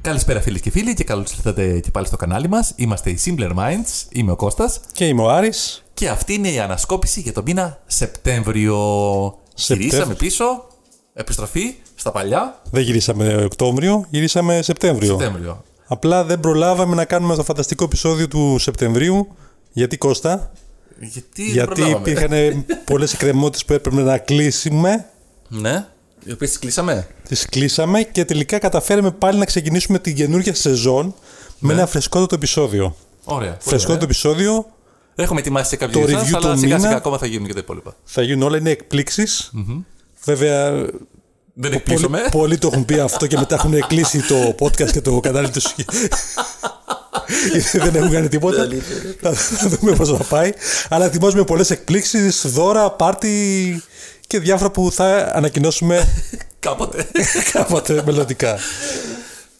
Καλησπέρα φίλες και φίλοι και καλώς ήρθατε και πάλι στο κανάλι μας. Είμαστε οι Simpler Minds, είμαι ο Κώστας Και είμαι ο Άρης. και αυτή είναι η ανασκόπηση για τον μήνα Σεπτέμβριο. Σεπτέμβριο. Γυρίσαμε πίσω, επιστροφή στα παλιά. Δεν γυρίσαμε Οκτώβριο, γυρίσαμε Σεπτέμβριο. Σεπτέμβριο. Απλά δεν προλάβαμε να κάνουμε το φανταστικό επεισόδιο του Σεπτεμβρίου. Γιατί Κώστα, Γιατί, δεν γιατί προλάβαμε. υπήρχαν πολλές εκκρεμότητες που έπρεπε να κλείσουμε. Ναι, οι οποίες τις κλείσαμε. Τις κλείσαμε και τελικά καταφέραμε πάλι να ξεκινήσουμε την καινούργια σεζόν με ένα φρεσκότατο επεισόδιο. Ωραία. Ναι. πολύ Φρεσκότατο ωραία. επεισόδιο. Έχουμε ετοιμάσει κάποια Το για εσάς, review αλλά του σιγά σιγά μήνα. ακόμα θα γίνουν και τα υπόλοιπα. Θα γίνουν όλα, είναι εκπλήξεις. Βέβαια, Δεν πολλοί, εκπλήσουμε. πολλοί το έχουν πει αυτό και μετά έχουν κλείσει το podcast και το κανάλι τους. δεν έχουν κάνει τίποτα. θα, θα δούμε πώς θα πάει. Αλλά ετοιμάζουμε πολλές εκπλήξεις, δώρα, πάρτι και διάφορα που θα ανακοινώσουμε Κάποτε. κάποτε μελλοντικά.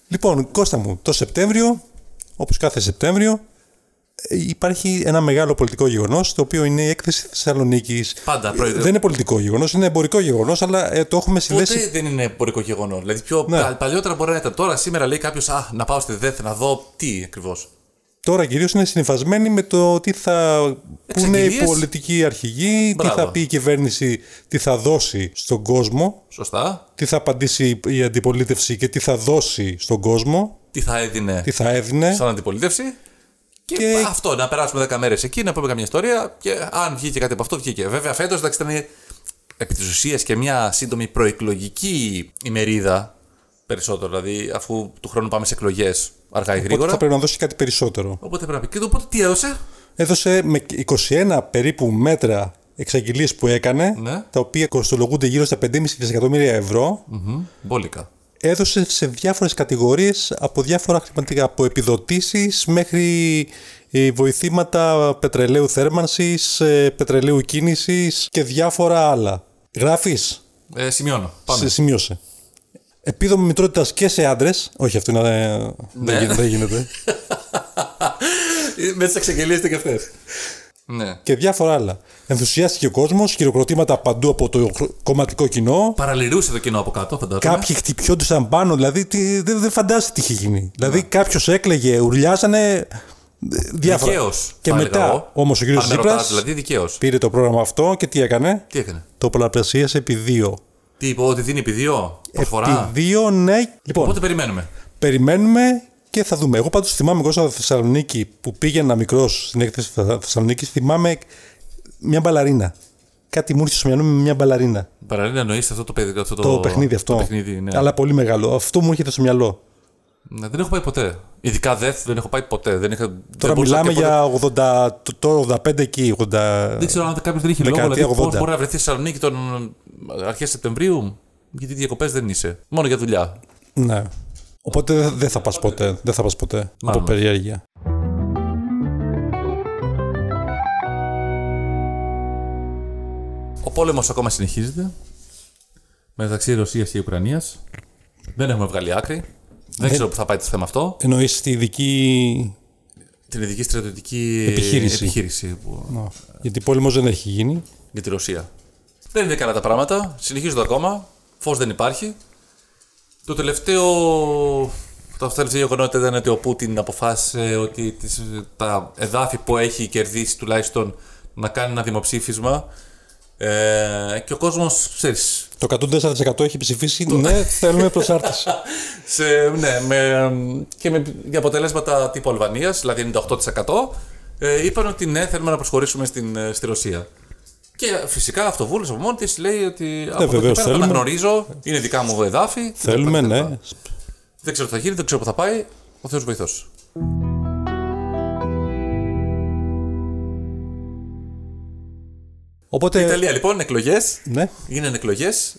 Λοιπόν, Κώστα μου, το Σεπτέμβριο, όπως κάθε Σεπτέμβριο, ε, υπάρχει ένα μεγάλο πολιτικό γεγονός, το οποίο είναι η έκθεση Θεσσαλονίκης. Πάντα, πρόεδρε. Δεν είναι πολιτικό γεγονός, είναι εμπορικό γεγονός, αλλά ε, το έχουμε συνδέσει. Ποτέ δεν είναι εμπορικό γεγονό. Δηλαδή, πιο Ναι. πα- παλιότερα μπορεί να ήταν. Τώρα, σήμερα λέει κάποιος, Α, να πάω στη ΔΕΘ να δω τι ακριβώς. Τώρα κυρίως είναι συνυφασμένοι με το τι θα πούνε οι Εξαγγελίες. πολιτικοί πολιτικοί αρχηγοί, Μπράβο. τι θα πει η κυβέρνηση, τι θα δώσει στον κόσμο, Σωστά. τι θα απαντήσει η αντιπολίτευση και τι θα δώσει στον κόσμο, Τι θα έδινε τι θα έδινε. σαν αντιπολίτευση. Και, Και- αυτό, να περάσουμε 10 μέρες εκεί, να πούμε καμιά ιστορία και αν βγήκε κάτι από αυτό, βγήκε. Βέβαια, φέτος εντάξει ήταν επί της ουσίας και μια σύντομη προεκλογική ημερίδα περισσότερο. Δηλαδή, αφού του χρόνου πάμε σε εκλογές αργά ή Οπότε γρήγορα. θα πρέπει να δώσει κάτι περισσότερο. Οπότε πρέπει να πει. Και το- οπότε τι έδωσε. Έδωσε με 21 περίπου μέτρα εξαγγελίες που έκανε, Ναι. τα οποία κοστολογούνται γύρω στα 5,5 δισεκατομμύρια ευρώ. Μμμ, Μπόλικα. έδωσε σε διάφορες κατηγορίες από διάφορα χρηματικά, από επιδοτήσεις μέχρι ε, βοηθήματα πετρελαίου θέρμανσης, ε, πετρελαίου κίνησης και διάφορα άλλα. Γράφεις, Ε, σημειώνω. Πάμε. σε σημείωσε. Επίδομα μητρότητας και σε άντρες, όχι αυτό είναι, ε, δεν, γίνεται, δεν γίνεται, Με τι εξαγγελίε και αυτές. Ναι. και διάφορα άλλα. Ενθουσιάστηκε ο κόσμος, χειροκροτήματα παντού από το κομματικό κοινό. Παραλυρούσε το κοινό από κάτω, φαντάζομαι. Κάποιοι χτυπιόντουσαν πάνω, δηλαδή τι- δεν δεν φαντάζεσαι τι είχε γίνει. Δηλαδή Ναι. κάποιος έκλαιγε, ουρλιάζανε. δε- Διάφορα. Δικαίως, και θα έλεγα εγώ. μετά όμως ο κύριος Αν με Τσίπρα ρωτάς, Δηλαδή, δικαίως. πήρε το πρόγραμμα αυτό και τι έκανε. Τι έκανε. Το πολλαπλασίασε επί δύο. Τι είπε, ότι δίνει επί δύο Ε, προσφορά. Επί δύο, ναι. Λοιπόν, Οπότε περιμένουμε. περιμένουμε και θα δούμε. Εγώ πάντως θυμάμαι Κώστα Θεσσαλονίκη που πήγαινα μικρός στην έκθεση Θεσα- Θεσσαλονίκης, θυμάμαι μια μπαλαρίνα. Κάτι μου ήρθε στο μυαλό μου μια μπαλαρίνα. Παραλίγο να εννοείς αυτό το, παιδι- αυτό το, το παιχνίδι αυτό. Το παιχνίδι, ναι. Αλλά πολύ μεγάλο. Αυτό μου έρχεται στο μυαλό. Ναι, δεν έχω πάει ποτέ. Ειδικά ΔΕΘ δεν έχω πάει ποτέ. Δεν είχα, Τώρα μιλάμε για 80, το- το 85 εκεί, 80. Δεν ξέρω αν κάποιος δεν έχει λόγο. Δεκαετία Δηλαδή, πώς 80. μπορεί να βρεθεί στη Θεσσαλονίκη τον αρχές Σεπτεμβρίου. Γιατί διακοπές δεν είσαι. Μόνο για δουλειά. Ναι. Οπότε δε- δεν θα πας ποτέ. Δεν θα πας ποτέ. Μάλλον. Από περιέργεια. Ο πόλεμος ακόμα συνεχίζεται. Μεταξύ Ρωσίας και Ουκρανίας. Δεν έχουμε βγάλει άκρη. Δεν ξέρω που θα πάει το θέμα αυτό. Εννοείς τη ειδική. Την ειδική στρατιωτική Επιχείρηση. επιχείρηση που... Γιατί πόλεμος δεν έχει γίνει. για τη Ρωσία. Δεν είναι καλά τα πράγματα. Συνεχίζονται ακόμα. Φως δεν υπάρχει. Το τελευταίο. Το τελευταίο γεγονότα ήταν ότι ο Πούτιν αποφάσισε ότι τις, τα εδάφη που έχει κερδίσει τουλάχιστον να κάνει ένα δημοψήφισμα. Ε, και ο κόσμος, ξέρεις, Το 104% έχει ψηφίσει. ναι, θέλουμε προσάρτηση. Σε, ναι, με, και με για αποτελέσματα τύπου Αλβανίας, δηλαδή 98%, ε, είπαν ότι ναι, θέλουμε να προσχωρήσουμε στην, ε, στη Ρωσία. Και φυσικά αυτό βούλησε από μόνη της λέει ότι από εδώ και Ναι, βεβαίως, πέρα θέλουμε. τα γνωρίζω, είναι δικά μου εδάφη. κτλ. θέλουμε, κτλ. ναι. Δεν ξέρω τι θα γίνει, δεν ξέρω που θα πάει. Ο Θεός βοηθός. Οπότε. Ιταλία λοιπόν, εκλογές. Ναι. Γίνανε εκλογές.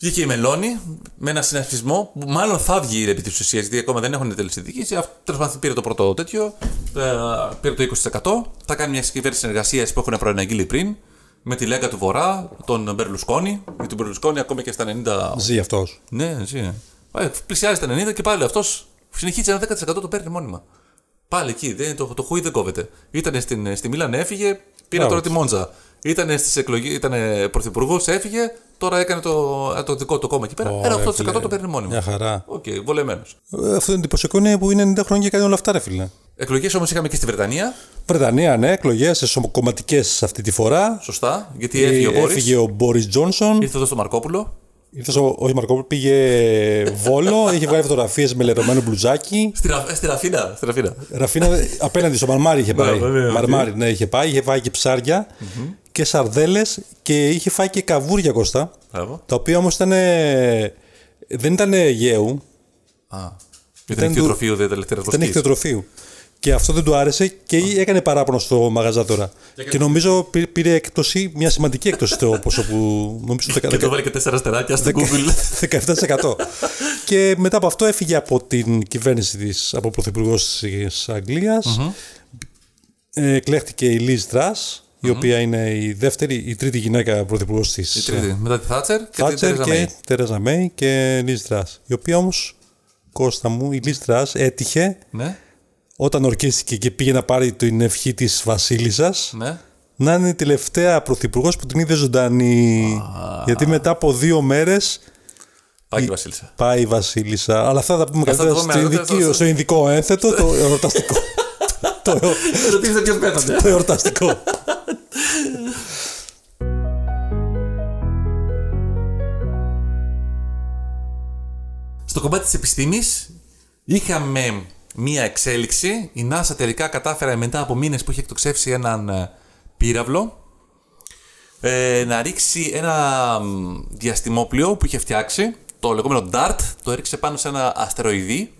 Βγήκε η Μελώνη με ένα συνασπισμό που μάλλον θα βγει επί της ουσίας γιατί ακόμα δεν έχουν τελεσίδικηση. διοίκηση. Αυτό τέλος πάντων, πήρε το πρώτο τέτοιο, ε, πήρε το 20%. Θα κάνει μια κυβέρνηση συνεργασίας που έχουν προαναγγείλει πριν με τη Λέγκα του Βορρά, τον Μπερλουσκόνη. Με τον Μπερλουσκόνη ακόμα και στα 90. Ζει αυτός. Ναι, ζει. Ε, Πλησιάζει τα 90 και πάλι αυτός συνεχίζει ένα 10% το παίρνει μόνιμα. Πάλι εκεί, δεν, το, το χούι δεν κόβεται. Ήταν στην, στη Μίλαν, έφυγε, πήρε Μπράβο τώρα τη της. Μόντζα. Ήταν στις εκλογές, ήταν πρωθυπουργός, έφυγε, τώρα έκανε το, το δικό του κόμμα εκεί πέρα. Ένα 8% το παίρνει μόνιμο. Μια χαρά. Οκ, βολεμένος. Ε, Αυτό είναι εντυπωσιακό είναι που είναι 90 χρόνια και κάνει όλα αυτά, ρε φίλε. Εκλογές όμως είχαμε και στη Βρετανία, Βρετανία, ναι, εκλογές κομματικέ αυτή τη φορά. σωστά, γιατί έφυγε ο Ε, Μπόρις. Έφυγε ο Μπόρις Τζόνσον. Ήρθε εδώ στο Μαρκόπουλο. Ήρθε ο, όχι Μαρκόπουλο, πήγε Βόλο, είχε βγάλει φωτογραφίες με λερωμένο μπλουζάκι. Στην, Ρα- ε, στην Αθήνα. Στην Αθήνα. Ραφίνα απέναντι στο μαρμάρι είχε πάει. Μπράβο, ναι, οκ. μαρμάρι, ναι, είχε πάει. Είχε φάει και ψάρια και σαρδέλες και είχε φάει και καβούρια Κώστα. Μπράβο. Τα οποία όμως ήταν. ε, Δεν ήταν ε, γαίου, Α. Ήταν του- εκτιοτροφείο δεν ήταν ήταν ελευθερία εκτροφείου. Και αυτό δεν του άρεσε και έκανε παράπονο στο μαγαζάτορα. Και νομίζω πή- πήρε έκπτωση, μια σημαντική έκπτωση το ποσό που νομίζω το Και το βάλε και τέσσερα αστεράκια στην Google. 17%. και μετά από αυτό έφυγε από την κυβέρνηση της, από πρωθυπουργός της αγγλιας Ε, εκλέχτηκε η Λίζ Τρας, η οποία είναι η δεύτερη, η τρίτη γυναίκα πρωθυπουργός της Η τρίτη. Μετά τη Θάτσερ και την Θάτσερ Τέρεζα και Μέη. Τέρεζα Μέη και Λίζ Τρας. Η οποία όμως, Κώστα μου, η Λίζ Τρας έτυχε Ναι, όταν ορκίστηκε και πήγε να πάρει την ευχή της βασίλισσας ναι. να είναι η τελευταία πρωθυπουργός που την είδε ζωντανή. Γιατί μετά από δύο μέρες Πάει και η Βασίλισσα. Πάει η Βασίλισσα. Αλλά αυτά θα τα πούμε Αυτά τα καλύτερα πούμε στην αργότερα, ειδική- στο- στο ειδικό ένθετο, το εορταστικό. το, εο- Ρωτήστε ποιος πέθανε. το εορταστικό. Στο κομμάτι της επιστήμης είχαμε μία εξέλιξη. Η NASA τελικά κατάφερε μετά από μήνες που είχε εκτοξεύσει έναν ε, πύραυλο ε, να ρίξει ένα μ, διαστημόπλιο που είχε φτιάξει, το λεγόμενο DART, το έριξε πάνω σε ένα αστεροειδή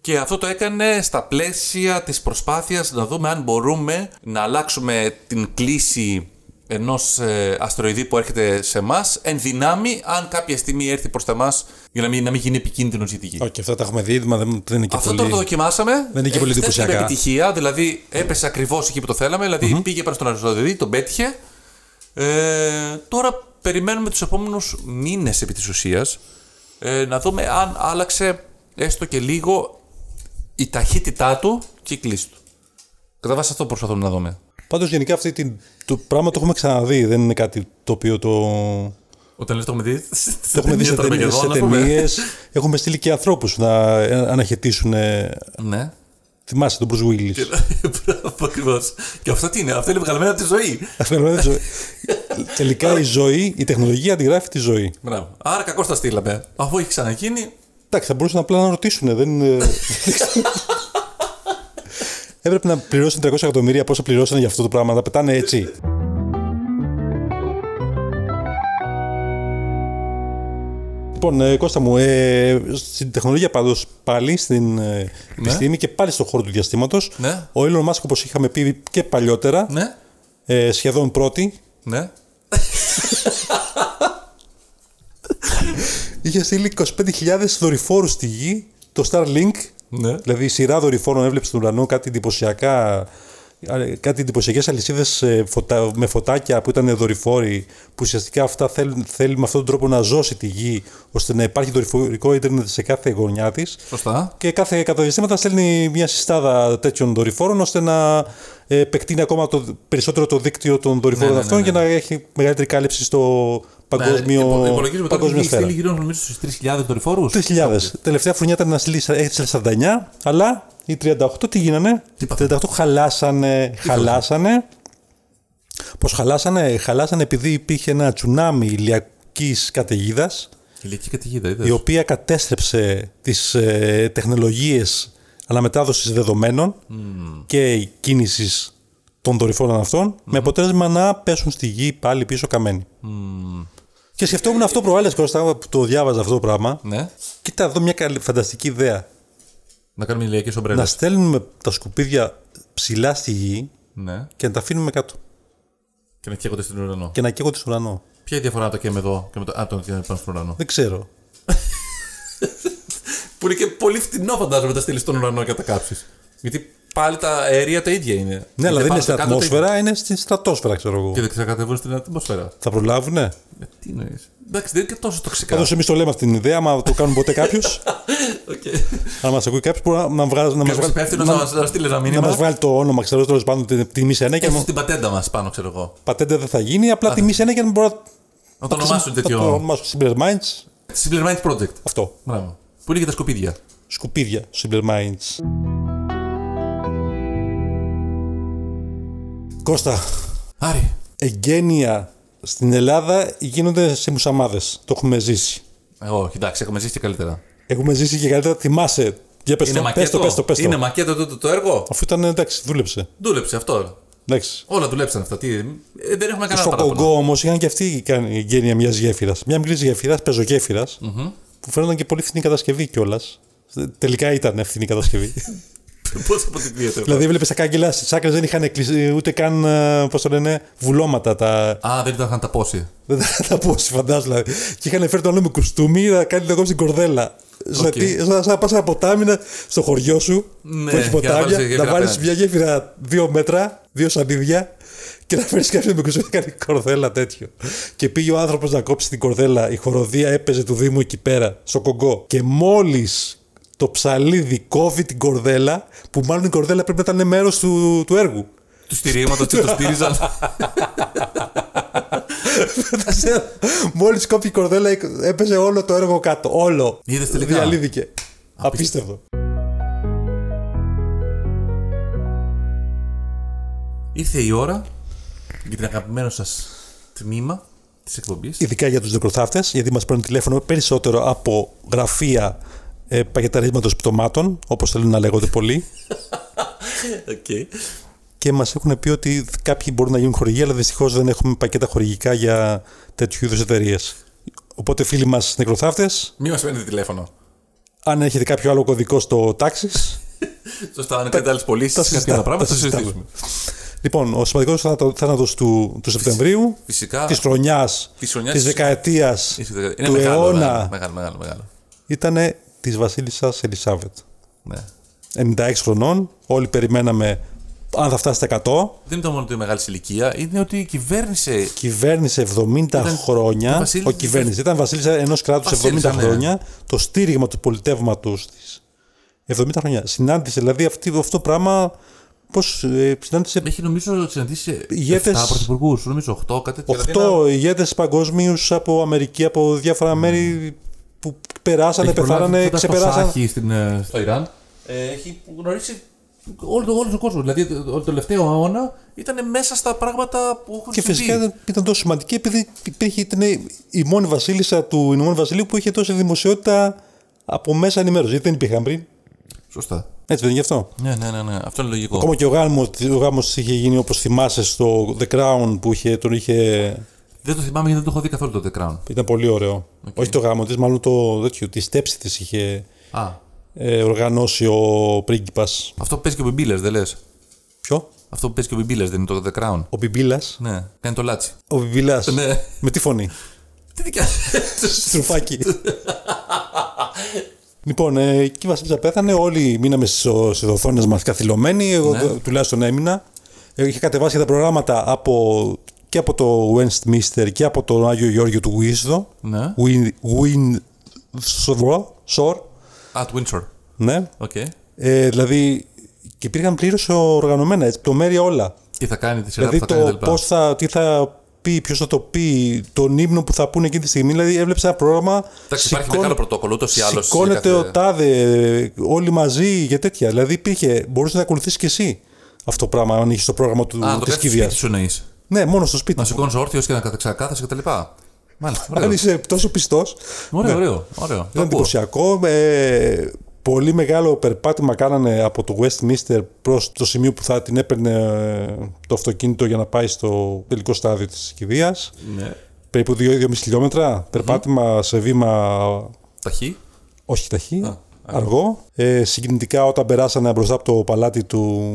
και αυτό το έκανε στα πλαίσια της προσπάθειας να δούμε αν μπορούμε να αλλάξουμε την κλίση ενός ε, αστεροειδή που έρχεται σε εμάς εν δυνάμει αν κάποια στιγμή έρθει προς τα μας για να μην, να μην γίνει επικίνδυνος για τη Γη. Όχι, αυτά τα έχουμε δει, μα δεν, δεν είναι και Αυτό τώρα το πολύ. δοκιμάσαμε. είναι και πολύ Έχει τεράστια εντυπωσιακά. επιτυχία, δηλαδή έπεσε ακριβώς εκεί που το θέλαμε. δηλαδή πήγε πάνω στον αριστοδεδί, τον πέτυχε. Ε, τώρα περιμένουμε τους επόμενους μήνες επί της ουσίας ε, να δούμε αν άλλαξε έστω και λίγο η ταχύτητά του και η κλίση του. Κατά βάση αυτό προσπαθούμε να δούμε. Πάντως γενικά αυτή την, το πράγμα το έχουμε ξαναδεί. Δεν είναι κάτι το οποίο το. Όταν λες το έχουμε δει. σε- Το έχουμε δει σε ταινία ταινίε. Ταρμαγεδόν, Σε ας πούμε. ταινίες. Έχουμε στείλει και ανθρώπους να ε, αναχαιτήσουν. ε, Ναι. Θυμάσαι τον Bruce Willis. Μπράβο, ακριβώς. Και αυτό τι είναι, αυτό είναι βγαλμένο από τη ζωή. Αφαιρεμένη ζωή. Τελικά η ζωή, η τεχνολογία αντιγράφει τη ζωή. Μπράβο. Άρα κακώς τα στείλαμε. Αφού έχει ξαναγίνει, Εντάξει, θα μπορούσαν απλά να ρωτήσουν. Δεν... ε, Έπρεπε να πληρώσουν 300 εκατομμύρια πόσα πληρώσαν για αυτό το πράγμα, να τα πετάνε έτσι. Λοιπόν, ε, Κώστα μου, ε, στην τεχνολογία πάντως πάλι, στην ε, επιστήμη και πάλι στον χώρο του διαστήματος, Ναι. ο Elon Musk, όπως είχαμε πει και παλιότερα, ναι, ε, σχεδόν πρώτη, ναι. είχε στείλει 25.000 δορυφόρους στη γη, το Starlink, Ναι. Δηλαδή η σειρά δορυφόρων έβλεπε στον ουρανό κάτι εντυπωσιακά κάτι εντυπωσιακές αλυσίδες ε, φωτα- με φωτάκια που ήταν δορυφόροι που ουσιαστικά αυτά θέλουν, θέλει με αυτόν τον τρόπο να ζώσει τη γη ώστε να υπάρχει δορυφορικό ίντερνετ σε κάθε γωνιά της Σωστά. και κάθε καταδιαστήματα στέλνει μια συστάδα τέτοιων δορυφόρων ώστε να ε, επεκτείνει ακόμα το, περισσότερο το δίκτυο των δορυφόρων Ναι, ναι, αυτών ναι, ναι. για να έχει μεγαλύτερη κάλυψη στο παγκόσμιο, Ε, υπολογίζουμε τώρα ότι παγκόσμιο έχει σφαίρα. στείλει γύρω νομίζω στους 3.000 δορυφόρου. 3.000. Τελευταία χρονιά ήταν να στείλει έστειλε 49, αλλά οι 38 τι γίνανε. Τι Οι πάθανε. 38 χαλάσανε. χαλάσανε. Πώς χαλάσανε, χαλάσανε επειδή υπήρχε ένα τσουνάμι ηλιακής καταιγίδας, Ηλιακή καταιγίδα, είδες. η οποία κατέστρεψε τις ε, τεχνολογίες αναμετάδοσης δεδομένων και κίνησης των δορυφόρων αυτών, με αποτέλεσμα να πέσουν στη γη πάλι πίσω καμένοι. Και σκεφτόμουν αυτό προάλλες Κώστα, που το διάβαζα αυτό το πράγμα. Ναι. Κοίτα εδώ μια καλή- φανταστική ιδέα. Να κάνουμε ηλιακές ομπρέλες. Να στέλνουμε τα σκουπίδια ψηλά στη γη Ναι. και να τα αφήνουμε κάτω. Και να καίγονται στην ουρανό. Και να καίγονται στον ουρανό. Ποια είναι η διαφορά να το καίμε εδώ και με το άτομο και πάνω στον ουρανό. Δεν ξέρω. Που είναι και πολύ φτηνό φαντάζομαι να τα στείλεις στον ουρανό και να τα κάψεις. Γιατί πάλι τα αέρια τα ίδια είναι. Ναι, αλλά Και δεν είναι πάνω στην και κάτω τα ίδια. ατμόσφαιρα, είναι στην στρατόσφαιρα, ξέρω εγώ. Και δεν ξανακατεβούν στην ατμόσφαιρα. Θα προλάβουνε. Ε, τι εννοείς. Εντάξει, δεν είναι και τόσο τοξικά. Ε, Πάντω εμείς το λέμε αυτήν την ιδέα, άμα το κάνουν ποτέ κάποιος, Οκ. αν μας ακούει κάποιος, μπορεί να- να, βγάζει, να, μας, Κάποιος βγάλει- υπεύθυνος να- να μας στείλει ένα να μας μήνυμα. βγάλει το όνομα, ξέρω τέλος πάντων, την τιμή σε ένα και Έχεις να την πατέντα μας πάνω, ξέρω εγώ. πατέντε δεν θα γίνει, απλά τιμή σε ένα και να μπορώ να Να το ονομάσουν θα το τέτοιο. ονομάσω Simple Minds. Simpler Minds Project. Αυτό. Μπράβο. Που είναι και τα σκουπίδια. Σκουπίδια Simple Minds. Κώστα, Άρη. εγγένεια στην Ελλάδα γίνονται σε μουσαμάδες. Το έχουμε ζήσει. Εγώ, εντάξει, έχουμε ζήσει και καλύτερα. Έχουμε ζήσει και καλύτερα, θυμάσαι. Για πες Είναι το, πες το, μακέτο. πες το, πες το. Είναι μακέτο τούτο το έργο. Αφού ήταν εντάξει, δούλεψε. Δούλεψε αυτό. Εντάξει. Όλα δουλέψαν αυτά. Τι... Ε, δεν έχουμε κανένα Στο παράπονο. Κογκό όμως είχαν και αυτοί κάνει γένεια μιας γέφυρας. Μια μικρής γέφυρας, πεζογέφυρας, που φαίνονταν και πολύ φθηνή κατασκευή κιόλας. Τελικά ήταν φθηνή κατασκευή. Πώς αποτυπίεται. δηλαδή, έβλεπε τα κάγκελα στις άκρες δεν είχαν κλεισί- ούτε καν ε, πώς το λένε, βουλώματα. Τα... Α, δεν ήταν να τα πόσει. δεν θα τα πω, εσύ φαντάζομαι. Δηλαδή. Και είχαν φέρει τον άλλο με κουστούμι να κάνει το στην κορδέλα. Οκ. Okay. Σαν σαν να πας ένα ποτάμι να- στο χωριό σου Ναι, που έχει για να βάλεις τη ποτάμια, γέφυρα να βάλει απέναντι. μια γέφυρα δύο μέτρα, δύο σανίδια και να φέρεις κάποιον με κουστούμι να κάνει κορδέλα τέτοιο. Και πήγε ο άνθρωπος να κόψει την κορδέλα. Η χοροδία έπαιζε του Δήμου εκεί πέρα, στο κογκό. Και μόλις το ψαλίδι κόβει την κορδέλα, που μάλλον η κορδέλα πρέπει να ήταν μέρος του, του έργου. Του στηρίγματος και του στήριζαν. Μόλις κόπηκε η κορδέλα, έπαιζε όλο το έργο κάτω. Όλο. Είδες τελικά. Διαλύθηκε. Απίστευτο. Ήρθε η ώρα για την αγαπημένο σας τμήμα της εκπομπής. Ειδικά για τους νεκροθάφτες, γιατί μας παίρνουν τηλέφωνο περισσότερο από γραφεία ε, παγεταρίσματος πτωμάτων, όπως θέλουν να λέγονται πολλοί. Ε, Okay. Και μας έχουν πει ότι κάποιοι μπορούν να γίνουν χορηγοί, αλλά δυστυχώς δεν έχουμε πακέτα χορηγικά για τέτοιου είδους εταιρείες. Οπότε, φίλοι μας νεκροθάφτες, Μη μας παίρνετε τηλέφωνο. αν έχετε κάποιο άλλο κωδικό στο τάξη, Σωστά, αν κάνετε άλλες πωλήσεις, τα κάτι συζητάμε, άλλα πράγματα, τα θα συζητάμε. συζητήσουμε. Λοιπόν, ο σημαντικός θάνατο του, του Σεπτεμβρίου. Φυσικά. Της χρονιάς, Της χρονιάς, της της- δεκαετίας, Είναι του μεγάλο, αιώνα Μεγάλο, μεγάλο, μεγάλο. ήταν της Βασίλισσας Ελισάβετ. Ναι. 96 χρονών, όλοι περιμέναμε αν θα φτάσει στα 100. Δεν ήταν μόνο ότι η μεγάλη ηλικία, είναι ότι κυβέρνησε. Κυβέρνησε 70 η χρόνια. βασίλισσα- Ο κυβέρνηση ήταν βασίλισσα ενός κράτους 70 Βασίλισσα, ναι. χρόνια. Το στήριγμα του πολιτεύματο της. 70 χρόνια. Συνάντησε, δηλαδή αυτή, αυτό το πράγμα. Πώς ε, συνάντησε Έχει νομίζω συναντήσει Ηγέτες- 7 πρωθυπουργούς, νομίζω 8, κάτι τέτοιο. Δηλαδή, ένα- Οχτώ ηγέτες παγκοσμίου από Αμερική, από διάφορα μέρη που περάσανε, Mm. Δηλαδή, Έχει προλάβει πεθάνανε, τότε ξεπεράσανε. Κασάχη στην, ε, στο Ιράν. Ε, έχει γνωρίσει όλο, το- όλο τον κόσμος. Δηλαδή, το, το τελευταίο αιώνα ήταν μέσα στα πράγματα που έχουν Και συμβεί. φυσικά ήταν- ήταν τόσο σημαντική επειδή υπήρχε, ήταν η μόνη βασίλισσα του Ηνωμένου Βασιλείου που είχε τόση δημοσιότητα από μέσα ενημέρωση. Γιατί δεν υπήρχαν πριν. Σωστά. Έτσι δεν είναι γι' αυτό. Ναι, ναι, ναι, ναι. Αυτό είναι λογικό. Ακόμα και ο γάμος, ο γάμος είχε γίνει όπως θυμάσαι στο The Crown που είχε, τον είχε Δεν το θυμάμαι γιατί δεν το έχω δει καθόλου το The Crown. Ήταν πολύ ωραίο. Όχι το γάμο της, μάλλον το τέτοιο. Τη στέψη της είχε Α, ε, οργανώσει ο πρίγκιπας. αυτό που παίζει και ο Μπιμπίλα, δεν λες. Ποιο? Αυτό που παίζει και ο Μπιμπίλα δεν είναι το The Crown. Ο Μπιμπίλας. Ναι, κάνει το λάτσι. Ο Μπιμπίλας. Ναι. Με τι φωνή. Τι δικιά. Στρουφάκι. λοιπόν, ε, εκεί η Βασίλισσα πέθανε. Όλοι μείναμε στις οθόνες μας καθυλωμένοι. Ναι. Εγώ δε- τουλάχιστον έμεινα. Ε, Είχε κατεβάσει τα προγράμματα από, και από το Westminster και από τον Άγιο Γεώργιο του Βουίσδο. ναι. Windsor. Α, του Windsor. Ναι. Οκ. Ε, δηλαδή, και υπήρχαν πλήρως οργανωμένα, έτσι, πλωμέρια όλα. Τι θα κάνει, τη σειρά Δηλαδή που θα κάνει το κλπ. πώς θα, τι θα πει, ποιος θα το πει, τον ύμνο που θα πούνε εκείνη τη στιγμή. Δηλαδή έβλεψε ένα πρόγραμμα. Εντάξει, υπάρχει μεγάλο πρωτόκολλο, ούτως ή άλλως, Σηκώνεται σε κάθε- ο τάδε, όλοι μαζί και τέτοια. Δηλαδή υπήρχε, μπορούσες να ακολουθήσει και εσύ αυτό το πράγμα, αν είχες το πρόγραμμα Α, το του, της κάνεις σπίτι κηδείας. σου εννοείς. Ναι, μόνο στο σπίτι. Να σου. σηκώνεις όρθιο και να ξεκάθασε κτλ. Μάλιστα. Αν Ωραίο, είσαι τόσο πιστός. ωραίο. ναι. ωραίο, ωραίο. Το Ήταν ακούω. εντυπωσιακό. Ε, πολύ μεγάλο περπάτημα κάνανε από το Westminster προς το σημείο που θα την έπαιρνε ε, το αυτοκίνητο για να πάει στο τελικό στάδιο της κηδείας. Ναι. Περίπου 2-2,5 χιλιόμετρα. περπάτημα σε βήμα Ταχύ. όχι ταχύ, αργό. Ε, συγκινητικά όταν περάσανε μπροστά από το παλάτι του...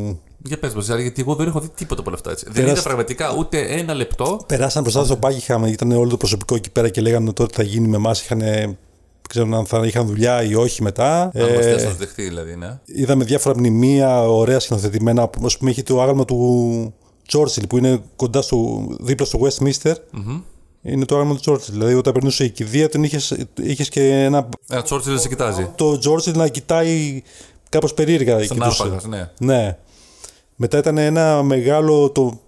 Για πες μας, δηλαδή, γιατί εγώ δεν έχω δει τίποτα από όλα αυτά. Έτσι. Δεν Τεράστι- είδα πραγματικά ούτε ένα λεπτό. Περάσανε μπροστά στο Buckingham, ήταν όλο το προσωπικό εκεί πέρα και λέγανε τότε τι θα γίνει με εμάς. Είχαν ξέρουν αν θα είχαν δουλειά ή όχι μετά. Αν Ε, μας θες να τους δεχτεί δηλαδή, ναι. Είδαμε διάφορα μνημεία, ωραία σκηνοθετημένα. Ας πούμε, έχει το άγαλμα του Τσόρτσιλ που είναι κοντά στο, δίπλα στο Westminster. Είναι το άγαλμα του Τσόρτσιλ. Δηλαδή, όταν περνούσε η κηδεία, τον είχες είχες και ένα. Ένα τσόρτσιλ να σε κοιτάζει. Το Τσόρτσιλ να κοιτάει κάπως περίεργα. Στον κοιτούσε. άρπαγας, ναι. Ναι. Μετά ήταν ένα μεγάλο. Το,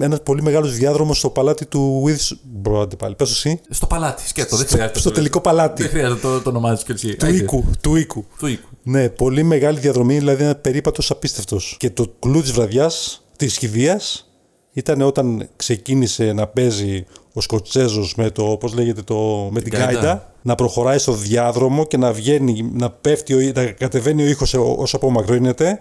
ένα πολύ μεγάλος διάδρομος στο παλάτι του With. Μπορείτε πάλι. Πες εσύ. Στο παλάτι, σκέτο, δεν χρειάζεται. Στο το λέω. τελικό παλάτι. Δεν χρειάζεται το, το ονομάζεις και έτσι. Του Άιντε. οίκου. Του οίκου. Του οίκου. Ναι, πολύ μεγάλη διαδρομή, δηλαδή ένα περίπατος απίστευτος. Και το κλου τη βραδιάς, της κηδεία, ήταν όταν ξεκίνησε να παίζει ο Σκοτσέζος με το, πώς λέγεται, το, με την γάιτα. κάιντα, να προχωράει στο διάδρομο και να βγαίνει, να πέφτει, ο- να κατεβαίνει ο ήχος όσο απομακρύνεται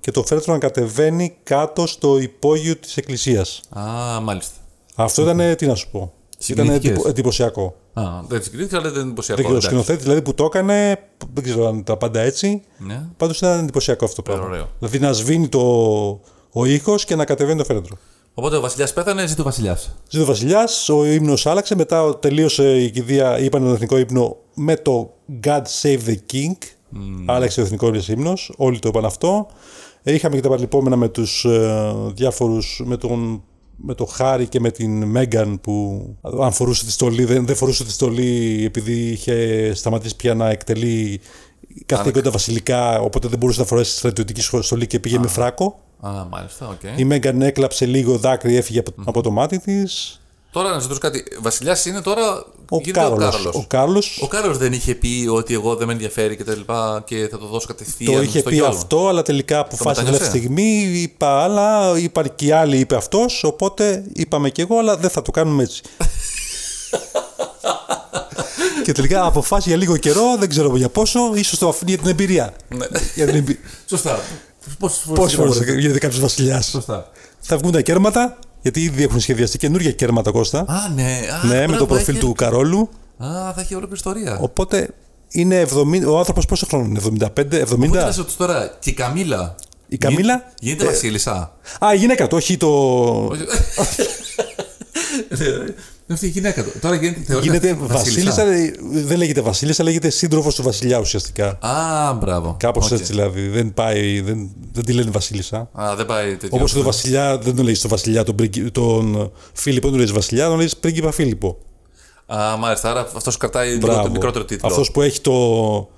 και το φέρετρο να κατεβαίνει κάτω στο υπόγειο της εκκλησίας. Α, μάλιστα. Αυτό ήταν, τι να σου πω. Ήταν Συγκινητικές. εντυπω- εντυπωσιακό. Α, δεν συγκρίθηκα, αλλά δεν είναι εντυπωσιακό. Και ο εντάξει. σκηνοθέτη δηλαδή που το έκανε, δεν ξέρω αν ήταν πάντα έτσι, Ναι. Πάντως ήταν εντυπωσιακό αυτό το πράγμα. Ωραίο. Δηλαδή να σβήνει το... ο ήχος και να κατεβαίνει το φέρετρο. Οπότε ο βασιλιάς πέθανε, ζήτω ο βασιλιάς. Ζήτω ο Βασιλιάς, ο ύμνος άλλαξε. Μετά τελείωσε η κηδεία, είπαν τον εθνικό ύμνο με το God Save the King. Άλλαξε ο εθνικός ύμνος, όλοι το είπαν αυτό. Ε, Είχαμε και τα παρελειπόμενα με τους διάφορους, με τον με το Χάρη και με την Μέγαν που αν φορούσε τη στολή, δεν, δεν φορούσε τη στολή επειδή είχε σταματήσει πια να εκτελεί καθήκοντα βασιλικά οπότε δεν μπορούσε να φορέσει στρατιωτική στολή και πήγε με φράκο. Α, μάλιστα, οκ. Η Μέγαν έκλαψε λίγο δάκρυ, έφυγε απο- από το μάτι της. Τώρα να σα ρωτήσω κάτι. Βασιλιάς είναι τώρα. Ο γίνεται ο Κάρολος. Κάρολο. Ο Κάρολος Ο Κάρολο δεν είχε πει ότι εγώ δεν με ενδιαφέρει και τα λοιπά και θα το δώσω κατευθείαν. το είχε στο πει γιο μου. αυτό, αλλά τελικά αποφάσισε μετανιώσε? τελευταία στιγμή. Είπα άλλα, είπαν και οι άλλοι, είπε αυτός, Οπότε είπαμε κι εγώ, αλλά δεν θα το κάνουμε έτσι. και τελικά αποφάσισε για λίγο καιρό, δεν ξέρω για πόσο, ίσως το αφήνει για την εμπειρία. Ναι. για την εμπει... Σωστά. Πόσες Πόσε φορέ. φορέ γίνεται κάποιος βασιλιάς. Σωστά. θα βγουν τα κέρματα, γιατί ήδη έχουν σχεδιαστεί καινούργια κέρματα Κώστα. Α, ναι. Α, ναι, με μπράβο, το προφίλ έχει- του Καρόλου. Α, θα έχει ολόκληρη ιστορία. Ο... Οπότε είναι 70, ο άνθρωπος πόσο χρόνο είναι, 75, 70. Κοίτασε τους τώρα. Και η Καμίλα. Η Καμίλα? Ε, Γι- Γίνεται Βασίλισσα. Α, η γυναίκα του, όχι το. Ναι, ρε. Είναι αυτή η γυναίκα του. Τώρα γίνεται θεωρείται Γίνεται Βασίλισσα. Δεν λέγεται Βασίλισσα, λέγεται σύντροφος του Βασιλιά ουσιαστικά. Α, μπράβο. Κάπως Οκ. έτσι δηλαδή. Δεν, πάει, δεν, δεν τη λένε Βασίλισσα. Α, δεν πάει τέτοιο. Όπως το Βασιλιά, δεν τον λέει τον Βασιλιά, τον, πρίγκι- τον Φίλιππο, δεν τον λέει Βασιλιά, τον λέει πρίγκιπα Φίλιππο. Α, μάλιστα. Άρα αυτός κρατάει λίγο Μπράβο. το μικρότερο τίτλο. Αυτός που έχει το.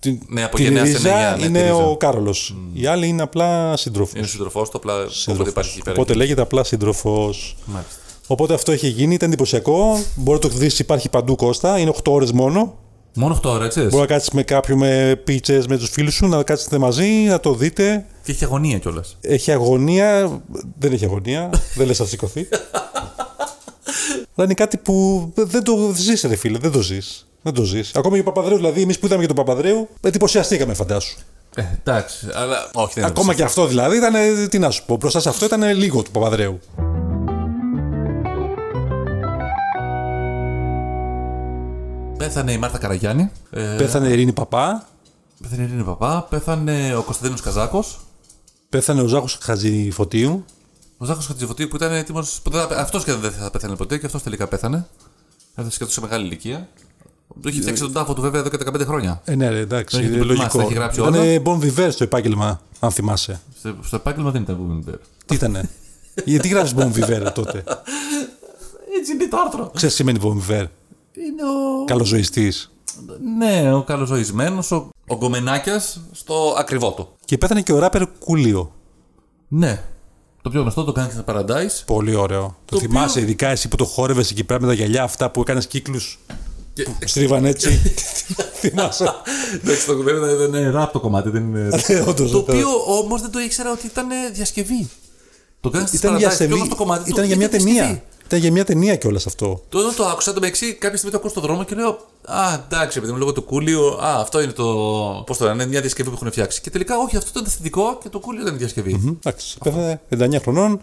Την, Ναι, από την γενιά σε ρίζα γενιά, ναι, τη είναι ρίζα. ο Κάρολος. Η άλλη είναι απλά σύντροφος. Είναι σύντροφό του, απλά όποτε Σύντροφος. υπάρχει εκεί πέρα. Οπότε λέγεται απλά σύντροφος. Μάλιστα. Οπότε αυτό έχει γίνει, ήταν εντυπωσιακό. Μπορεί να το δεις, υπάρχει παντού Κώστα. Είναι 8 ώρες μόνο. Μόνο 8 ώρες, έτσι. Μπορεί να κάτσεις με κάποιον με πίτσες, με τους φίλους σου, να κάτσετε μαζί, να το δείτε. Και έχει αγωνία κιόλας. Έχει αγωνία. Δεν έχει αγωνία. δεν λες να σηκωθεί. Αλλά είναι κάτι που δεν το ζεις, ρε φίλε. Δεν το ζεις. Δεν το ζεις. Ακόμα και ο Παπαδρέου, δηλαδή, εμείς που είδαμε για τον Παπαδρέου, εντυπωσιαστήκαμε, φαντάσου. Ε, εντάξει, αλλά. Όχι, δεν Ακόμα και αυτό δηλαδή ήταν. ε, Τι να σου πω, μπροστά σε αυτό ήταν λίγο του Παπαδρέου. Πέθανε η Μάρτα Καραγιάννη. Ε, Πέθανε η Ειρήνη Παπά. πέθανε η Ειρήνη Παπά. Πέθανε ο Κωνσταντίνος Καζάκος. Πέθανε ο Ζάχο Χατζηφωτίου. Ο Ζάχο Χατζηβωτίου που ήταν έτοιμος. Αυτός και δεν θα πέθανε ποτέ και αυτός τελικά πέθανε. Έφτασε και αυτό σε μεγάλη ηλικία. Το έχει φτιάξει τον τάφο του βέβαια εδώ και 15 χρόνια. Ε, ναι, ρε, εντάξει, Έχει είναι την προετοιμάσει, λογικό. τα έχει γράψει Ήταν όλα. Bon Viver στο επάγγελμα, αν θυμάσαι. Στο, στο επάγγελμα δεν ήταν που Bear. Τι ήτανε. Γιατί γράφεις Bon Viver τότε. Έτσι είναι το άρθρο. Ξέρεις τι σημαίνει Bon Viver. Είναι ο. Καλοζωιστής. Ναι, ο καλοζωισμένος, ο, ο γκομενάκιας στο ακριβό του. Και πέθανε και ο ράπερ Κούλιο. Ναι. Το πιο γνωστό το κάνει Paradise. Πολύ ωραίο. Το, οποίο- θυμάσαι, ειδικά εσύ που το χόρευες εκεί πέρα με τα γυαλιά αυτά που έκανες κύκλους. Και- Που στρίβαν έτσι. θυμάσαι. Εντάξει, το κουβέρνο ήταν ραπ το κομμάτι, Ναι, δεν είναι. Όντως, Το δεν το- οποίο όμως δεν το ήξερα ότι ήταν ε, διασκευή. Το κάνει στην Ήταν για, παρατάξη. σεβί... Ήταν το κομμάτι ήταν του, για μια διασκευή. ταινία. Ήταν για μια ταινία κιόλας αυτό. Το όταν το άκουσα, το μεταξύ κάποια στιγμή το ακούω στον δρόμο και λέω Α, εντάξει, επειδή μου λόγω του κούλιου, α, αυτό είναι το. Πώς το λένε, μια διασκευή που έχουν φτιάξει. Και τελικά, όχι, αυτό ήταν αισθητικό και το κούλιο ήταν η διασκευή. Εντάξει, πέθανε 59 χρονών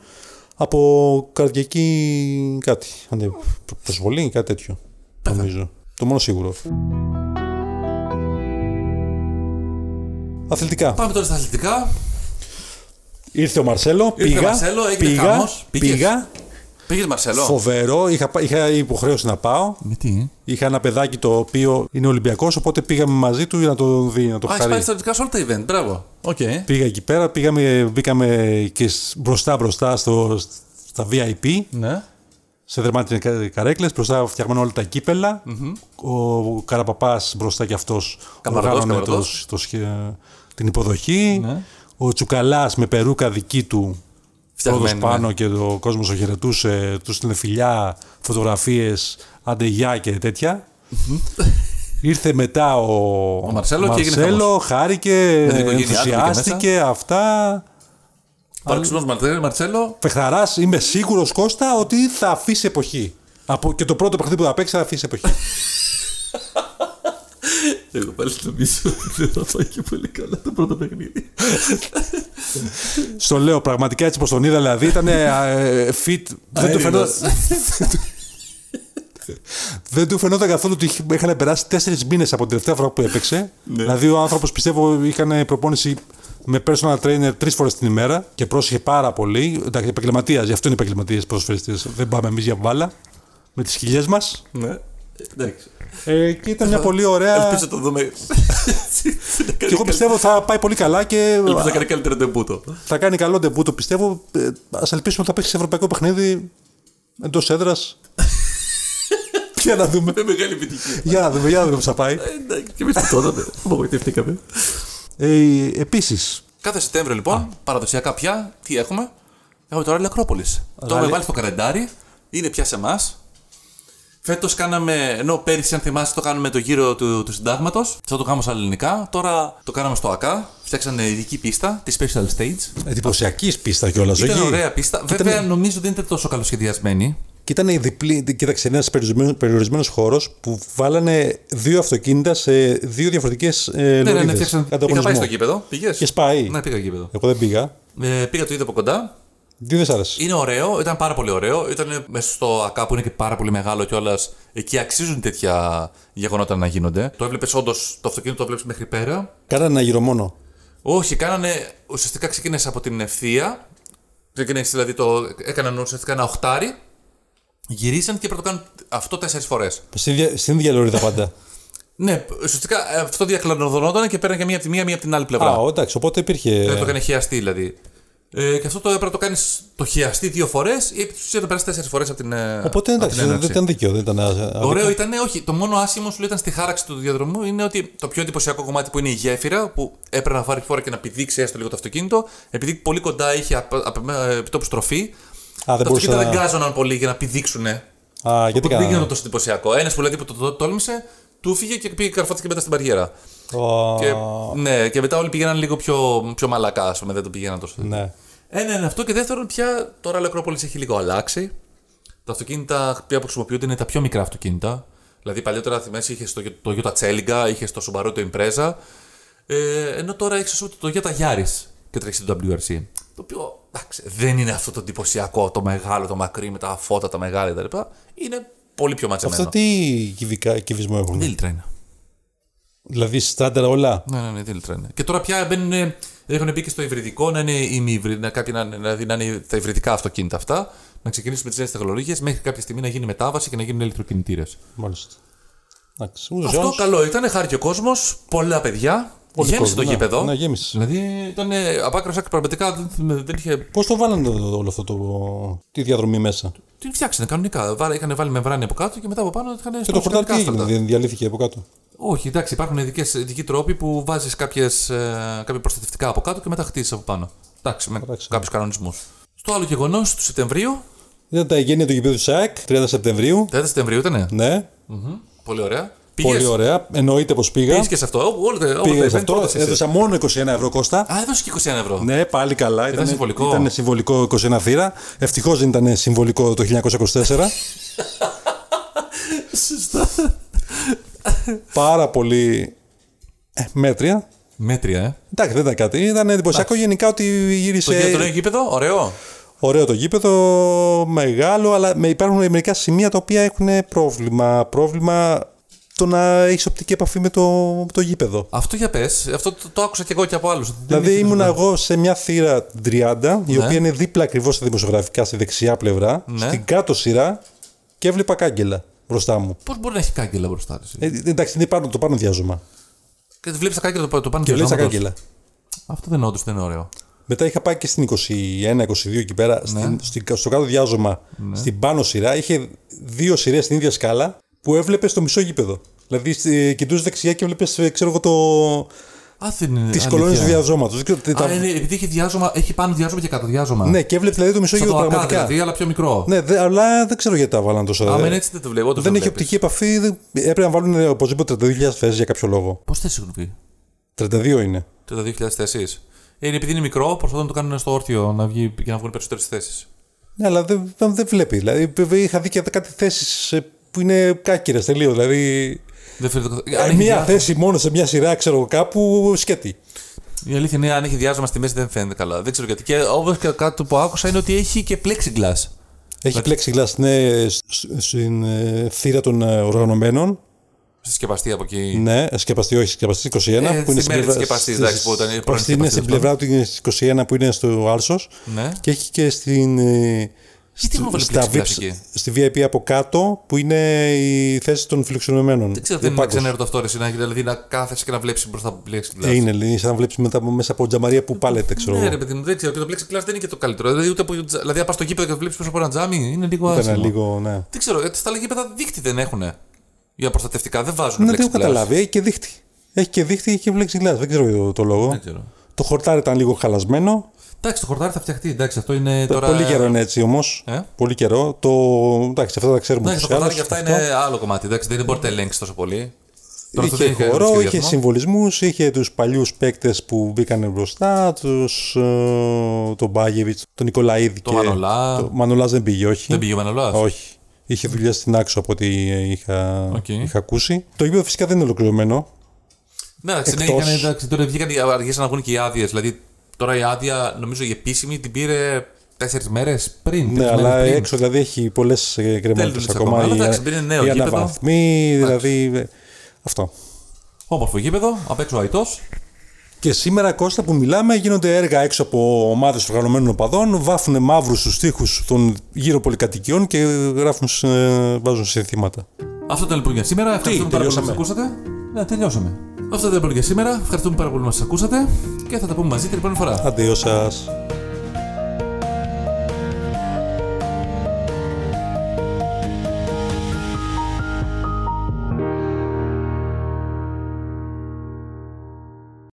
από καρδιακή κάτι. αντε- προ- Προσβολή ή κάτι τέτοιο. Νομίζω. Το μόνο σίγουρο. Αθλητικά. Πάμε τώρα στα αθλητικά. Ήρθε ο Μαρσέλο, Ήρθε ο πήγα, Μαρσέλο, έγινε πήγα, χαμός, πήγες. πήγα, Πήγες Μαρσελό. Φοβερό, είχα, πά- είχα υποχρέωση να πάω. Με τι. Είχα ένα παιδάκι το οποίο είναι Ολυμπιακός, οπότε πήγαμε μαζί του για να το δει, να το Α, έχεις χαρεί. πάρει στρατιωτικά σε όλα τα event. Μπράβο. Οκ. Πήγα εκεί πέρα, πήγαμε, μπήκαμε και σ- μπροστά μπροστά στο, στα VIP, Ναι. σε δερμάτινες κα- καρέκλες, μπροστά φτιάχνουν όλα τα κυπελα Ο Καραπαπάς μπροστά κι αυτός Καμαρωτός, οργάνωνε το, καμαρωτός. το σχε- την υποδοχή. Ναι. Ο Τσουκαλάς με περούκα δική του, πρώτος Φτιαγμένη. πάνω ναι. και ο κόσμος το χαιρετούσε, του στείλε φιλιά, φωτογραφίες, αντεγιά και τέτοια. Ήρθε μετά ο, Ο Μαρσέλο και έγινε Μαρσέλο, χάρηκε, την οικογένειά του μπήκε ενθουσιάστηκε, αυτά. Παρξενός Μαρτέ- Μαρτσέλο. Πεχθαράς, είμαι σίγουρος Κώστα ότι θα αφήσει εποχή. Από και το πρώτο παιχνίδι που θα παίξει θα αφήσει εποχή. Εγώ πάλι νομίζω ότι δεν θα πάει και πολύ καλά το πρώτο παιχνίδι. Στο λέω πραγματικά έτσι πως τον είδα, δηλαδή ήταν ε, ε, fit. δεν, του φαινόταν, Αέρινος. δεν του φαινόταν καθόλου ότι είχε- είχαν περάσει τέσσερις μήνες από την τελευταία φορά που έπαιξε. Ναι. δηλαδή ο άνθρωπος πιστεύω είχαν προπόνηση με personal trainer τρεις φορές την ημέρα και πρόσεχε πάρα πολύ. Εντάξει, επαγγελματίας, γι' αυτό είναι επαγγελματίε προσφερειστέ. Δεν πάμε εμείς για μπάλα με τις χιλιές μας. Ναι. Εντάξει. Ε, και ήταν μια πολύ ωραία. Ελπίζω να το δούμε. και εγώ πιστεύω θα πάει πολύ καλά και Ελπίζω να κάνει καλύτερο τεμπούτο. Θα κάνει καλό ντεμπού το πιστεύω. Ε, Ας ελπίσουμε ότι θα παίξει σε ευρωπαϊκό παιχνίδι εντός έδρας. για να δούμε. Ε, Με μεγάλη επιτυχία. Για να δούμε, για να δούμε πώ θα πάει. Εντάξει, και εμείς το είδαμε. Απογοητευτήκαμε. Ε, Επίσης, Κάθε Σεπτέμβριο λοιπόν, παραδοσιακά πια, τι έχουμε. Έχουμε το Rally Ακρόπολη. Το έχουμε Rally. βάλει στο καλεντάρι, είναι πια σε εμάς. Φέτος κάναμε, ενώ πέρυσι, αν θυμάστε, το κάναμε το γύρο του, του συντάγματος. Αυτό το κάναμε στα ελληνικά. Τώρα το κάναμε στο ΑΚΑ. Φτιάξανε ειδική πίστα, τη Special Stage. εντυπωσιακής πίστα κιόλας. Ήταν ωραία πίστα. Βέβαια, νομίζω δεν ήταν τόσο καλοσχεδιασμένη. Ναι, Και ήταν η διπλή. Κοίταξε, ένας περιορισμένος χώρος που βάλανε δύο αυτοκίνητα σε δύο διαφορετικές ε, Ναι, ναι, ναι, λωρίδες φτιάξανε. Είχα πάει ανταγωνισμό. στο γήπεδο. Πήγες. Και σπάει. Ναι, πήγα γήπεδο. Εγώ δεν πήγα. Ε, πήγα το είδα από κοντά. Τι δεν σ' άρεσε. Είναι ωραίο, ήταν πάρα πολύ ωραίο. Ήταν μέσα στο ΑΚΑ που είναι και πάρα πολύ μεγάλο κιόλας. Εκεί αξίζουν τέτοια γεγονότα να γίνονται. Το έβλεπες όντως, το αυτοκίνητο το βλέπεις μέχρι πέρα. Κάνανε ένα γύρο μόνο. Όχι, κάνανε. Ουσιαστικά ξεκίνησε από την ευθεία. Ξεκίνησε δηλαδή το. Έκαναν ουσιαστικά ένα οχτάρι. Γυρίσαν και πρέπει να το κάνουν αυτό τέσσερις φορές. Στην ίδια- στην ίδια λωρίδα πάντα. Ναι, ουσιαστικά ε, αυτό διακλανοδωνόταν και πέραν και μία από τη μία, μία από την άλλη πλευρά. Α, ο, εντάξει, οπότε Δεν Ε, το υπήρχε. έκανε χιαστή δηλαδή. Ε, και αυτό το έπρεπε να το κάνεις το χιαστή δύο φορές ή επί της ουσίας να περάσεις τέσσερις φορές από την. ε, από Οπότε την εντάξει, δεν έναρξη. δεν ήταν δίκαιο. Δεν ήταν α- Ωραίο ήταν, όχι. Το μόνο άσχημο σου λέει, ήταν στη χάραξη του διαδρομού είναι ότι το πιο εντυπωσιακό κομμάτι που είναι η γέφυρα που έπρεπε να φάρει φόρα και να πηδήξει έστω λίγο το αυτοκίνητο, επειδή πολύ κοντά είχε απ- απ- ε, επιτόπου στροφή, Α, δεν τα μπορούσα αυτοκίνητα δεν να... γκάζωναν πολύ για να πηδήξουν. Α, γιατί Δεν κάνανε. γίνονταν τόσο εντυπωσιακό. Ένας που, δηλαδή, που το, το, τόλμησε, του φύγε και πήγε καρφώθηκε μετά στην παριέρα. Ω, Και, ναι, και μετά όλοι πήγαιναν λίγο πιο, πιο μαλακά, ας πούμε, δεν το πήγαιναν τόσο. Ναι. Ένα είναι αυτό και δεύτερον, πια τώρα η Ακρόπολη έχει λίγο αλλάξει. Τα αυτοκίνητα πια που χρησιμοποιούνται είναι τα πιο μικρά αυτοκίνητα. Δηλαδή παλιότερα θυμάσαι είχες το, το Toyota Celica, είχες το Subaru το Impreza. Ε, ενώ τώρα έχεις το Toyota Yaris και τρέχεις το WRC. Το οποίο εντάξει, δεν είναι αυτό το εντυπωσιακό, το μεγάλο, το μακρύ με τα φώτα, τα μεγάλα κτλ. Είναι πολύ πιο ματσεμένο. Αυτά Ε, τι κυβικά, κυβισμό έχουν. Δίλητρα είναι. Δηλαδή στάνταρ όλα. Ναι, ναι, ναι, δίλητρα είναι. Και τώρα πια μπαίνουν, έχουν μπει και στο υβριδικό να είναι ημιβρι- να, κάποιοι να, δηλαδή να είναι τα υβριδικά αυτοκίνητα αυτά, να ξεκινήσουν με τις νέες τεχνολογίες μέχρι κάποια στιγμή να γίνει μετάβαση και να γίνουν ηλεκτροκινητήρες. Μάλιστα. Εντάξει, ούτως ή Αυτό άλλως, καλό ήταν, χάρηκε ο κόσμος, πολλά παιδιά. Γέμισε το κόσμο, ναι. γήπεδο. Ναι, γέμισε. Δηλαδή ήταν απ' άκρο άκρη, πραγματικά δεν, δεν είχε. Πώς το βάλανε το- όλο αυτό το, τη διαδρομή μέσα. Ε, Την φτιάξανε κανονικά. Βάρα- Είχαν βάλει μεμβράνη από κάτω και μετά από πάνω είχαν Και το χορτάρι τι έγινε, άστρατα. δια- διαλύθηκε από κάτω. Όχι, εντάξει, υπάρχουν ειδικές, ειδικοί τρόποι που βάζεις κάποια προστατευτικά από κάτω και μετά χτίζεις από πάνω. Εντάξει, με Εντάξει. ναι. κάποιους κανονισμούς. Στο άλλο γεγονός του Σεπτεμβρίου. Ήταν τα εγγένεια του γηπέδου του ΣΑΕΚ, 30 Σεπτεμβρίου. 30 Σεπτεμβρίου ήτανε. Ναι, Πολύ ωραία. πολύ Πήγες, ωραία. Εννοείται πως πήγα. πήγες και σε αυτό. Ό, Όλα τα όλα τα Πήγα σε event αυτό. πρότασες. Έδωσα μόνο 21 ευρώ Κώστα. Α, έδωσε και 21 ευρώ. Ναι, πάλι καλά. Ήταν συμβολικό. Ήταν συμβολικό 21 θύρα. Ευτυχώς δεν ήταν συμβολικό το 1924. Σωστά. Πάρα πολύ ε, μέτρια. Μέτρια, ε. Εντάξει, δεν ήταν κάτι. Ήταν εντυπωσιακό γενικά ότι Το γύρο γύρισε. του νέου γήπεδο, ωραίο. Ωραίο το γήπεδο, μεγάλο, αλλά με υπάρχουν μερικά σημεία τα οποία έχουν πρόβλημα. Πρόβλημα το να έχεις οπτική επαφή με το, με το γήπεδο. Αυτό για πες. Αυτό το, το άκουσα και εγώ και από άλλους. Δηλαδή ήμουν εγώ σε μια θύρα 30, η Ναι. οποία είναι δίπλα ακριβώς στα δημοσιογραφικά, στη δεξιά πλευρά, Ναι. στην κάτω σειρά και έβλεπα κάγκελα μπροστά μου. Πώς μπορεί να έχει κάγκελα μπροστά της. Ε, εντάξει, είναι πάνω, το πάνω διάζωμα. Και βλέπεις τα κάγκελα το, το πάνω Και λέει τα διαζώματος. κάγκελα. Αυτός δεν όντως δεν είναι ωραίο. Μετά είχα πάει και στην 21-22 εκεί Ναι. πέρα, στην, στην- στο κάτω διάζωμα, στην πάνω σειρά. Είχε δύο σειρές στην ίδια σκάλα που έβλεπες στο μισό γήπεδο. Δηλαδή στη- κοιτούσε δεξιά και έβλεπε, ξέρω εγώ, το. Α, δεν είναι. τις κολόνες του διαζώματος. Δεν ξέρω τι Α, τα- είναι, επειδή έχει, διάζωμα, έχει πάνω διάζωμα και κάτω διάζωμα. Ναι, και έβλεπε δηλαδή το μισό Σαν γήπεδο το ακά πραγματικά. δηλαδή, αλλά πιο μικρό. Ναι, δε- αλλά δεν ξέρω γιατί τα βάλαν τόσο. Άμα ε. είναι έτσι δεν το βλέπω. δεν έχει οπτική επαφή. δεν- Έπρεπε να βάλουν ε, οπωσδήποτε 32.000 θέσεις για κάποιο λόγο. Πώς θες, συγγνώμη. 32 είναι. Το 2000 θέσεις. Ε, Είναι επειδή είναι μικρό, προσπαθούν να το κάνουν στο όρθιο να βγει και να βγουν περισσότερες θέσεις. Ναι, αλλά δεν δεν- δεν βλέπει. Δηλαδή, ε, είχα δει και κάτι θέσεις που είναι κάκυρες τελείως. Δηλαδή, Δεν φαίνεται καθόλου. Ε, Αν έχει μία διά- θέση μόνο σε μια σειρά, ξέρω εγώ, κάπου σκέτη. Η αλήθεια είναι αν έχει διάζωμα στη μέση δεν φαίνεται καλά. Δεν ξέρω γιατί. Και όπως και κάτι που άκουσα είναι ότι έχει και plexiglass. Έχει πλέξει γλάς ναι, σ- σ- στην ε, θύρα των ε, οργανωμένων. Συσκευαστή από εκεί. Ναι, σκεπαστή, όχι, σκεπαστή 21. Ε, στη μέρα της πλευρά- σκεπαστής, στις- εντάξει, που ήταν η πρώην προς- Είναι σκεπαστή, στην τέλος πλευρά του είναι στις 21 που είναι στο Άλσος. Ναι. Και έχει και στην. ε, Γιατί στ- έχουν βάλει στα plexiglass VIPs εκεί? στη VIP από κάτω που είναι η θέση των φιλοξενούμενων. Δεν ξέρω, Για δεν είναι πάγκους. ξενέρωτο αυτό, ρε, είναι, δηλαδή να κάθεσαι και να βλέπεις μπροστά από plexiglass. Ε, Είναι, λέει, σαν να βλέπεις μετά από- μέσα από τζαμαρία που πάλετε, ξέρω Ναι, εγώ. ρε παιδί μου, δεν ξέρω. Και το plexiglass δεν είναι και το καλύτερο. Δηλαδή, ούτε από, δηλαδή, αν πα στο γήπεδο και βλέπεις πίσω από ένα τζάμι, είναι λίγο Ήταν άσχημο. λίγο, ναι. Δεν ξέρω, γιατί στα άλλα γήπεδα δίχτυ δεν έχουν. Για προστατευτικά δεν βάζουν. Ναι, δεν έχω plexiglass. καταλάβει. Έχει και δίχτυ. Έχει και δίχτυ και plexiglass. Δεν ξέρω το, το λόγο. Δεν ξέρω. Το χορτάρι ήταν λίγο χαλασμένο. Εντάξει, το χορτάρι θα φτιαχτεί. Εντάξει, αυτό είναι τώρα. Πολύ καιρό είναι έτσι όμως. Ε? Πολύ καιρό. Το... Εντάξει, αυτά τα ξέρουμε. Εντάξει, το ούτως ή άλλως. χορτάρι και αυτά είναι άλλο κομμάτι. Εντάξει, δεν μπορείτε να ελέγξει τόσο πολύ. Τώρα αυτό Είχε δεν έχει χορό, είχε σχεδιασμό. συμβολισμούς, είχε τους παλιούς παίκτες που μπήκαν μπροστά, τους, ε, τον Μπάγεβιτ, τον Νικολαίδη. Το Μανολά. Το Μανολάς δεν πήγε, όχι. Δεν πήγε ο Μανολάς. Όχι. Είχε δουλειά στην άξο από ό,τι είχα, Οκ. είχα ακούσει. Το γήπεδο φυσικά δεν είναι ολοκληρωμένο. Ναι, εντάξει, ναι, Εκτός. έκανε, εντάξει, τώρα βγήκαν, οι- αργήσαν να βγουν και οι άδειες. Δηλαδή, τώρα η άδεια, νομίζω η επίσημη την πήρε τέσσερις μέρες πριν. Ναι, τρεις μέρες αλλά πριν. έξω δηλαδή έχει πολλές κρεμότητε δουλειά ακόμα. ακόμα, αλλά οι- εντάξει, επειδή είναι νέο Οι γήπεδο. αναβαθμοί, δηλαδή. ε, Αυτό. Όμορφο γήπεδο, απ' έξω αητό. Και σήμερα, Κώστα, που μιλάμε, γίνονται έργα έξω από ομάδες οργανωμένων οπαδών. Βάφουν μαύρου στου τοίχου των γύρω πολυκατοικιών και γράφουν, σε- βάζουν συνθήματα. Αυτό ήταν λοιπόν για σήμερα. Ευχαριστούμε πάρα πολύ που μα τελειώσαμε. ακούσατε. Ναι, τελειώσαμε. Αυτό ήταν λοιπόν για σήμερα. Ευχαριστούμε πάρα πολύ που μας ακούσατε και θα τα πούμε μαζί την επόμενη φορά. Αντίο σας.